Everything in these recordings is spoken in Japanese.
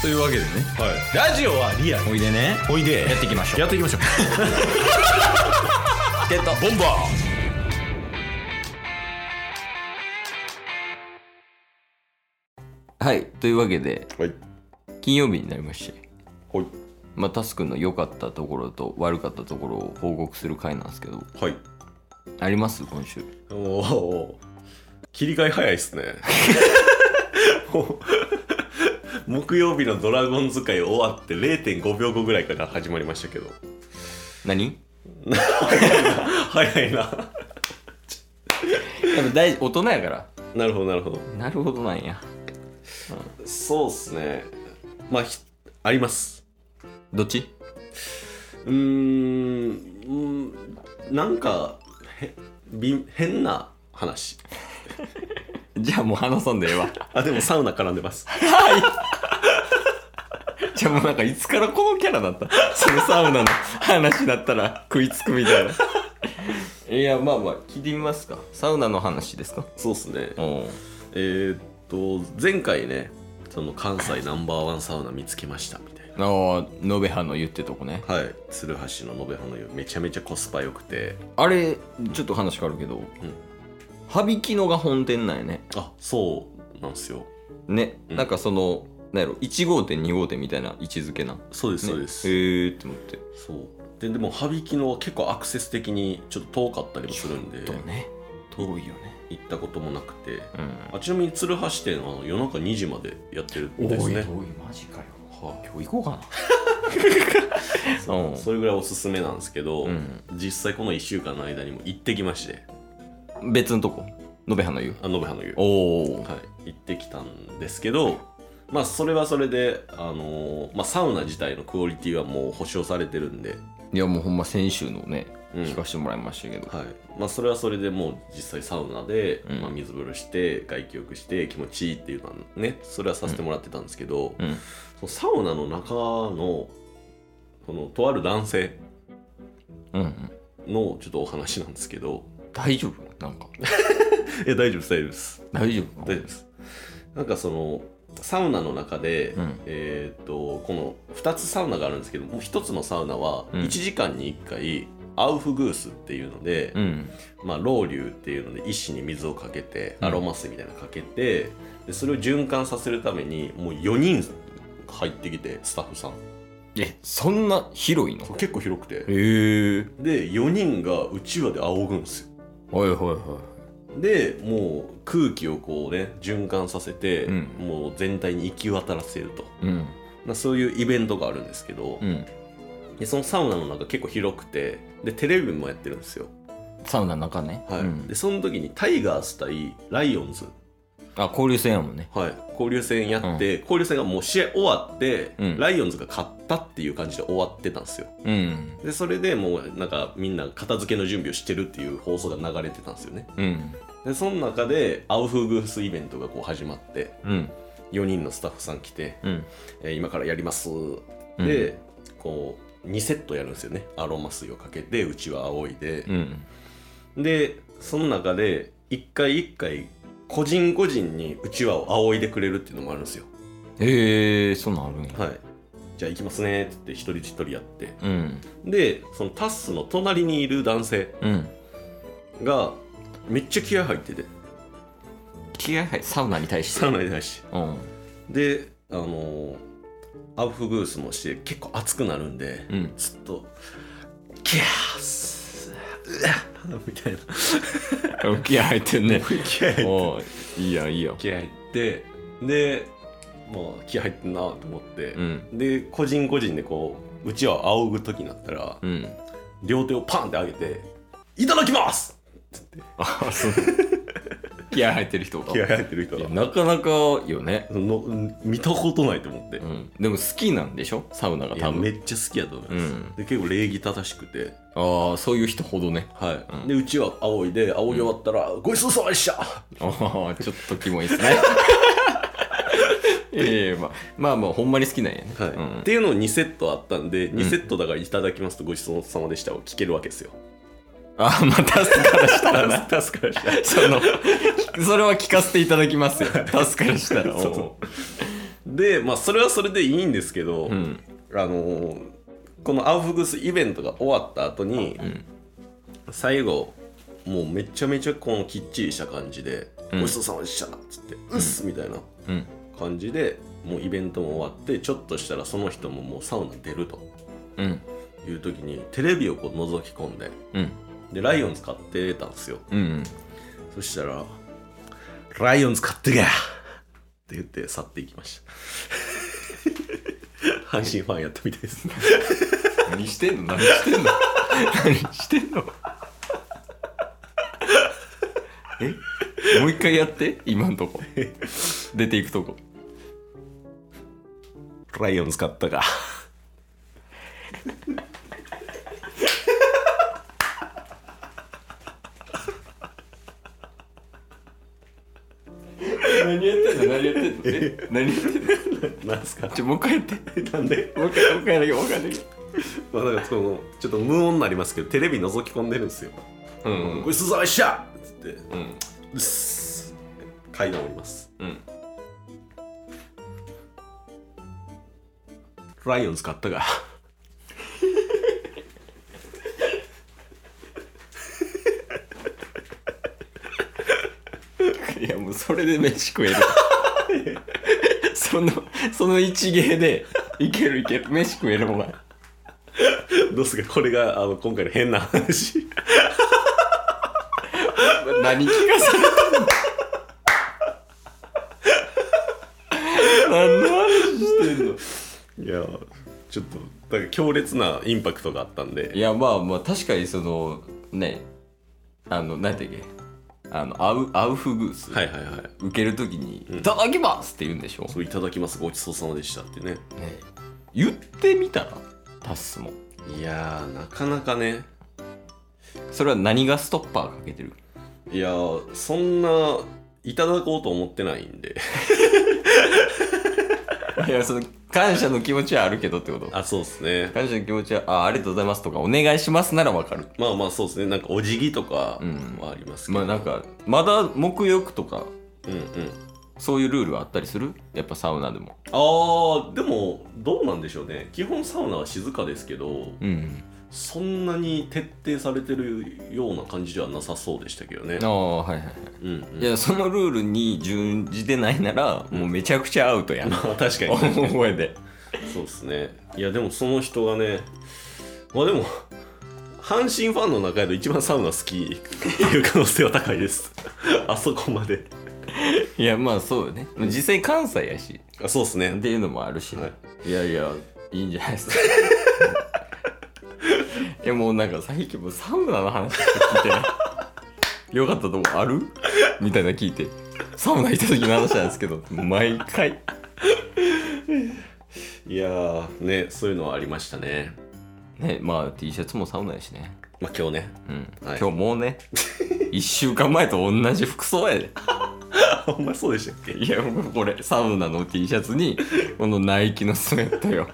というわけでねはい、ラジオはリアルおいでねおいでやっていきましょうやっていきましょうゲットボンバはいというわけでーはい金曜日になりましてはいまあタスクの良かったところと悪かったところを報告する回なんですけどはいあります今週おお切り替え早いっすね もう木曜日の「ドラゴン使い」終わって0.5秒後ぐらいから始まりましたけど何早いなやっぱ大大人やからなるほどなるほどなるほどなんやそうっすねまあひありますどっちうーんうーんなんかへび変な話じゃあもう話さんでええわあでもサウナ絡んでますじゃあもうなんかいつからこのキャラだった そのサウナの話になったら食いつくみたいな いやまあまあ聞いてみますかサウナの話ですか そうっすねおえーっと前回ねその関西ナンバーワンサウナ見つけましたみたいなあ野辺派の言ってとこねはい鶴橋の延べ花湯めちゃめちゃコスパ良くてあれちょっと話変わるけど、羽曳野が本店なんやねあそうなんですよね、うんなんかそのなんやろ1号店2号店みたいな位置づけな、ね、そうですそうです、へえって思ってそうででも羽曳野は結構アクセス的にちょっと遠かったりもするんでとね遠いよね行ったこともなくてうんあちなみに鶴橋店はあの夜中2時までやってるんですねマジかよは今日行こうかないそれぐらいおすすめなんですけど、うん実際この1週間の間にも行ってきましてうん別のとこ延べ花の湯あ延べ花湯おおはい、行ってきたんですけど、まあ、それはそれで、あのーまあ、サウナ自体のクオリティはもう保証されてるんで、いやもうほんま先週のねうん聞かせてもらいましたけど、はいまあ、それはそれでもう実際サウナで、うんまあ、水風呂して外気浴して気持ちいいっていうのはねそれはさせてもらってたんですけど、うんそのサウナの中のそのとある男性うんうんのちょっとお話なんですけど大丈夫なんかえ大丈夫です大丈夫です大丈夫大丈夫ですなんかそのサウナの中で、うんえー、とこの2つサウナがあるんですけどもう1つのサウナはうん1時間に1回アウフグースっていうので、うんまあ、ロウリュウっていうので一子に水をかけてうんアロマ水みたいなのかけてでそれを循環させるためにもう4人入ってきてスタッフさんえそんな広いの結構広くてへえで4人がうちわで仰ぐんですよはいはいはでもう空気をこうね循環させて、うんもう全体に行き渡らせるというんまあそういうイベントがあるんですけど、うんでそのサウナの中結構広くてでテレビもやってるんですよ、サウナの中ね、はいうんでその時にタイガース対ライオンズ、あ交流戦やもんねはい、交流戦やって、交流戦がもう試合終わって、うんライオンズが勝ったっていう感じで終わってたんですようんでそれでもうなんかみんな片付けの準備をしてるっていう放送が流れてたんですよねうんでその中でアウフグースイベントがこう始まってうん4人のスタッフさん来て、うんえー今からやりますで、こう2セットやるんですよねアロマ水をかけてうちは仰いで、うんでその中で一回一回個人個人にうちわを仰いでくれるっていうのもあるんですよへえそんなんあるんや、はいじゃあ行きますねって言って一人一人やってうんでそのタッスの隣にいる男性うんがめっちゃ気合入ってて気合入るサウナに対してサウナに対してうんであのーアウフグースもして結構熱くなるんで、うんずっと「キャースうわっみたいな気合入ってんね気合入っ ておういいやんいいやん気合入ってでもう気合入ってんなと思って、うんで個人個人でこううちわを仰ぐ時になったら、うん両手をパンって上げて「いただきます! あそう気合入ってる人」が気合入ってる人いやがなかなかよね、のうん見たことないと思って、うん、でも好きなんでしょサウナがい多やめ分っちゃ好きやと思いうます、んで結構礼儀正しくてああそういう人ほどねはい、うんでうちは仰いで仰ぎ終わったら「ごちそうさまでした!」ああちょっとキモいです ねいやいやまあまあまあほんまに好きなんやね、はいうんっていうのを2セットあったんで2セットだから「いただきます」と「ごちそうさまでした」を聞けるわけですよ、ああまたすからしたらな 助かりまし たその、それは聞かせていただきますよ。タスからしたら。そうそでまあそれはそれでいいんですけど、うんあのーこのアウフグースイベントが終わった後に、ん最後もうめちゃめちゃこのきっちりした感じで「うんごちそうさまでした」っつって「うっす」みたいなうん感じでもうイベントも終わってちょっとしたらその人ももうサウナ出るとうんいう時にテレビをこう覗き込んでうんでライオンズ買ってたんですようんそしたら「ライオンズ買ってけ!」って言って去っていきました 阪神ファンやったみたいです何してんの何してんの何してんのえもう一回やって今んとこ出ていくとこライオンズ買ったか何やってんの何やってんのえ何やってんのなんすかちょもう一回やってなんでもう一回もう一回やるよもう一回やるよまあだからそのちょっと無音になりますけどテレビ覗き込んでるんですよう「んごちそうさまでした!」っつって「うんうっす」階段降りますうんライオンズ買ったか いやもうそれで飯食えるそのその一芸でいけるいける飯食えるお前どうすかこれがあの今回の変な話何聞かされたの何の話してんのいやちょっとだから強烈なインパクトがあったんいでやまあまあ確かにそのねあの何だっけあのアウアウフグース、はいはいはい受けるときに「んいただきます!」って言うんでしょ、そういただきますごちそうさまでしたってねね言ってみたらタッスもいやーなかなかねそれは何がストッパーかけてる いやーそんないただこうと思ってないん でいやその感謝の気持ちはあるけどってことあそうですね感謝の気持ちはあありがとうございますとかお願いしますならわかるまあまあそうですねなんかお辞儀とかうんはありますけど、まあなんかまだ沐浴とかうんうんそういうルールはあったりするやっぱサウナでもあーでもどうなんでしょうね基本サウナは静かですけどうんそんなに徹底されてるような感じではなさそうでしたけどねああはいはいはいうんうんいやそのルールに準じてないならもうめちゃくちゃアウトやま なあ確かに覚えでそうですねいやでもその人がねまあでも阪神ファンの中やと一番サウナ好きっていう可能性は高いです あそこまでいやまあそうよね実際関西やしあそうですねっていうのもあるし、、はいやいやいいんじゃないです かいやもうなんか最近もうサウナの話しか聞いてないよかったとこあるみたいなの聞いてサウナ行った時の話なんですけど毎回いやーねそういうのはありましたねねまあ T シャツもサウナやしねまあ今日ねうん、はい今日もうね1週間前と同じ服装やであほんまそうでしたっけいやもうこれサウナの T シャツにこのナイキのスウェットよ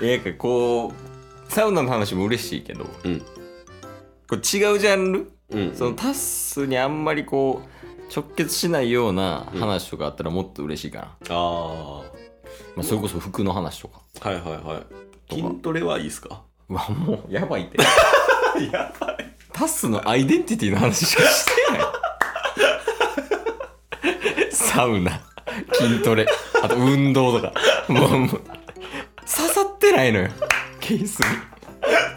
いやなんかこうサウナの話も嬉しいけどうんこう違うジャンルうんそのタッスにあんまりこう直結しないような話とかあったらもっと嬉しいかな、あまあ、それこそ服の話とかあはいはいはい筋トレはいいですかうわもうやばいってやば いタッスのアイデンティティの話しかしてないサウナ筋トレあと運動とかもうもう刺さってないのよケースに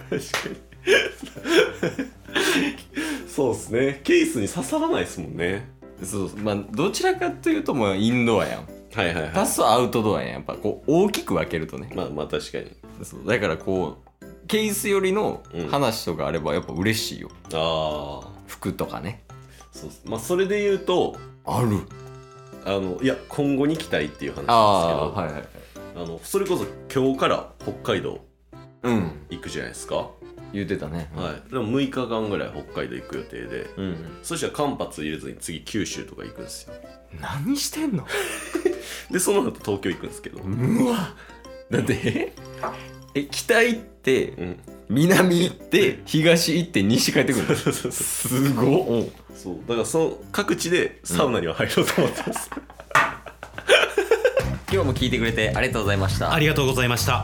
確かにそうですねケースに刺さらないですもんねそうそうまあどちらかというともうインドアやんはいはいはタスはアウトドアやんやっぱこう大きく分けるとねいまあまあ確かにそうだからこうケース寄りの話とかあればやっぱ嬉しいよ、ああ服とかねそうっすまあそれで言うとあるあのいや今後に期待っていう話なんですけどあああ、はいはいはいのそれこそ今日から北海道うん行くじゃないですか、言ってたねはいでも6日間ぐらい北海道行く予定でうん、そしたら間髪入れずに次九州とか行くんですよ何してんのでその後東京行くんですけどうわだってええ北行ってうん南行って東行って西帰ってくるのそう そうそうすごっそうだからその各地でサウナには入ろうと思ってます、今日も聞いてくれてありがとうございましたありがとうございました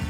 す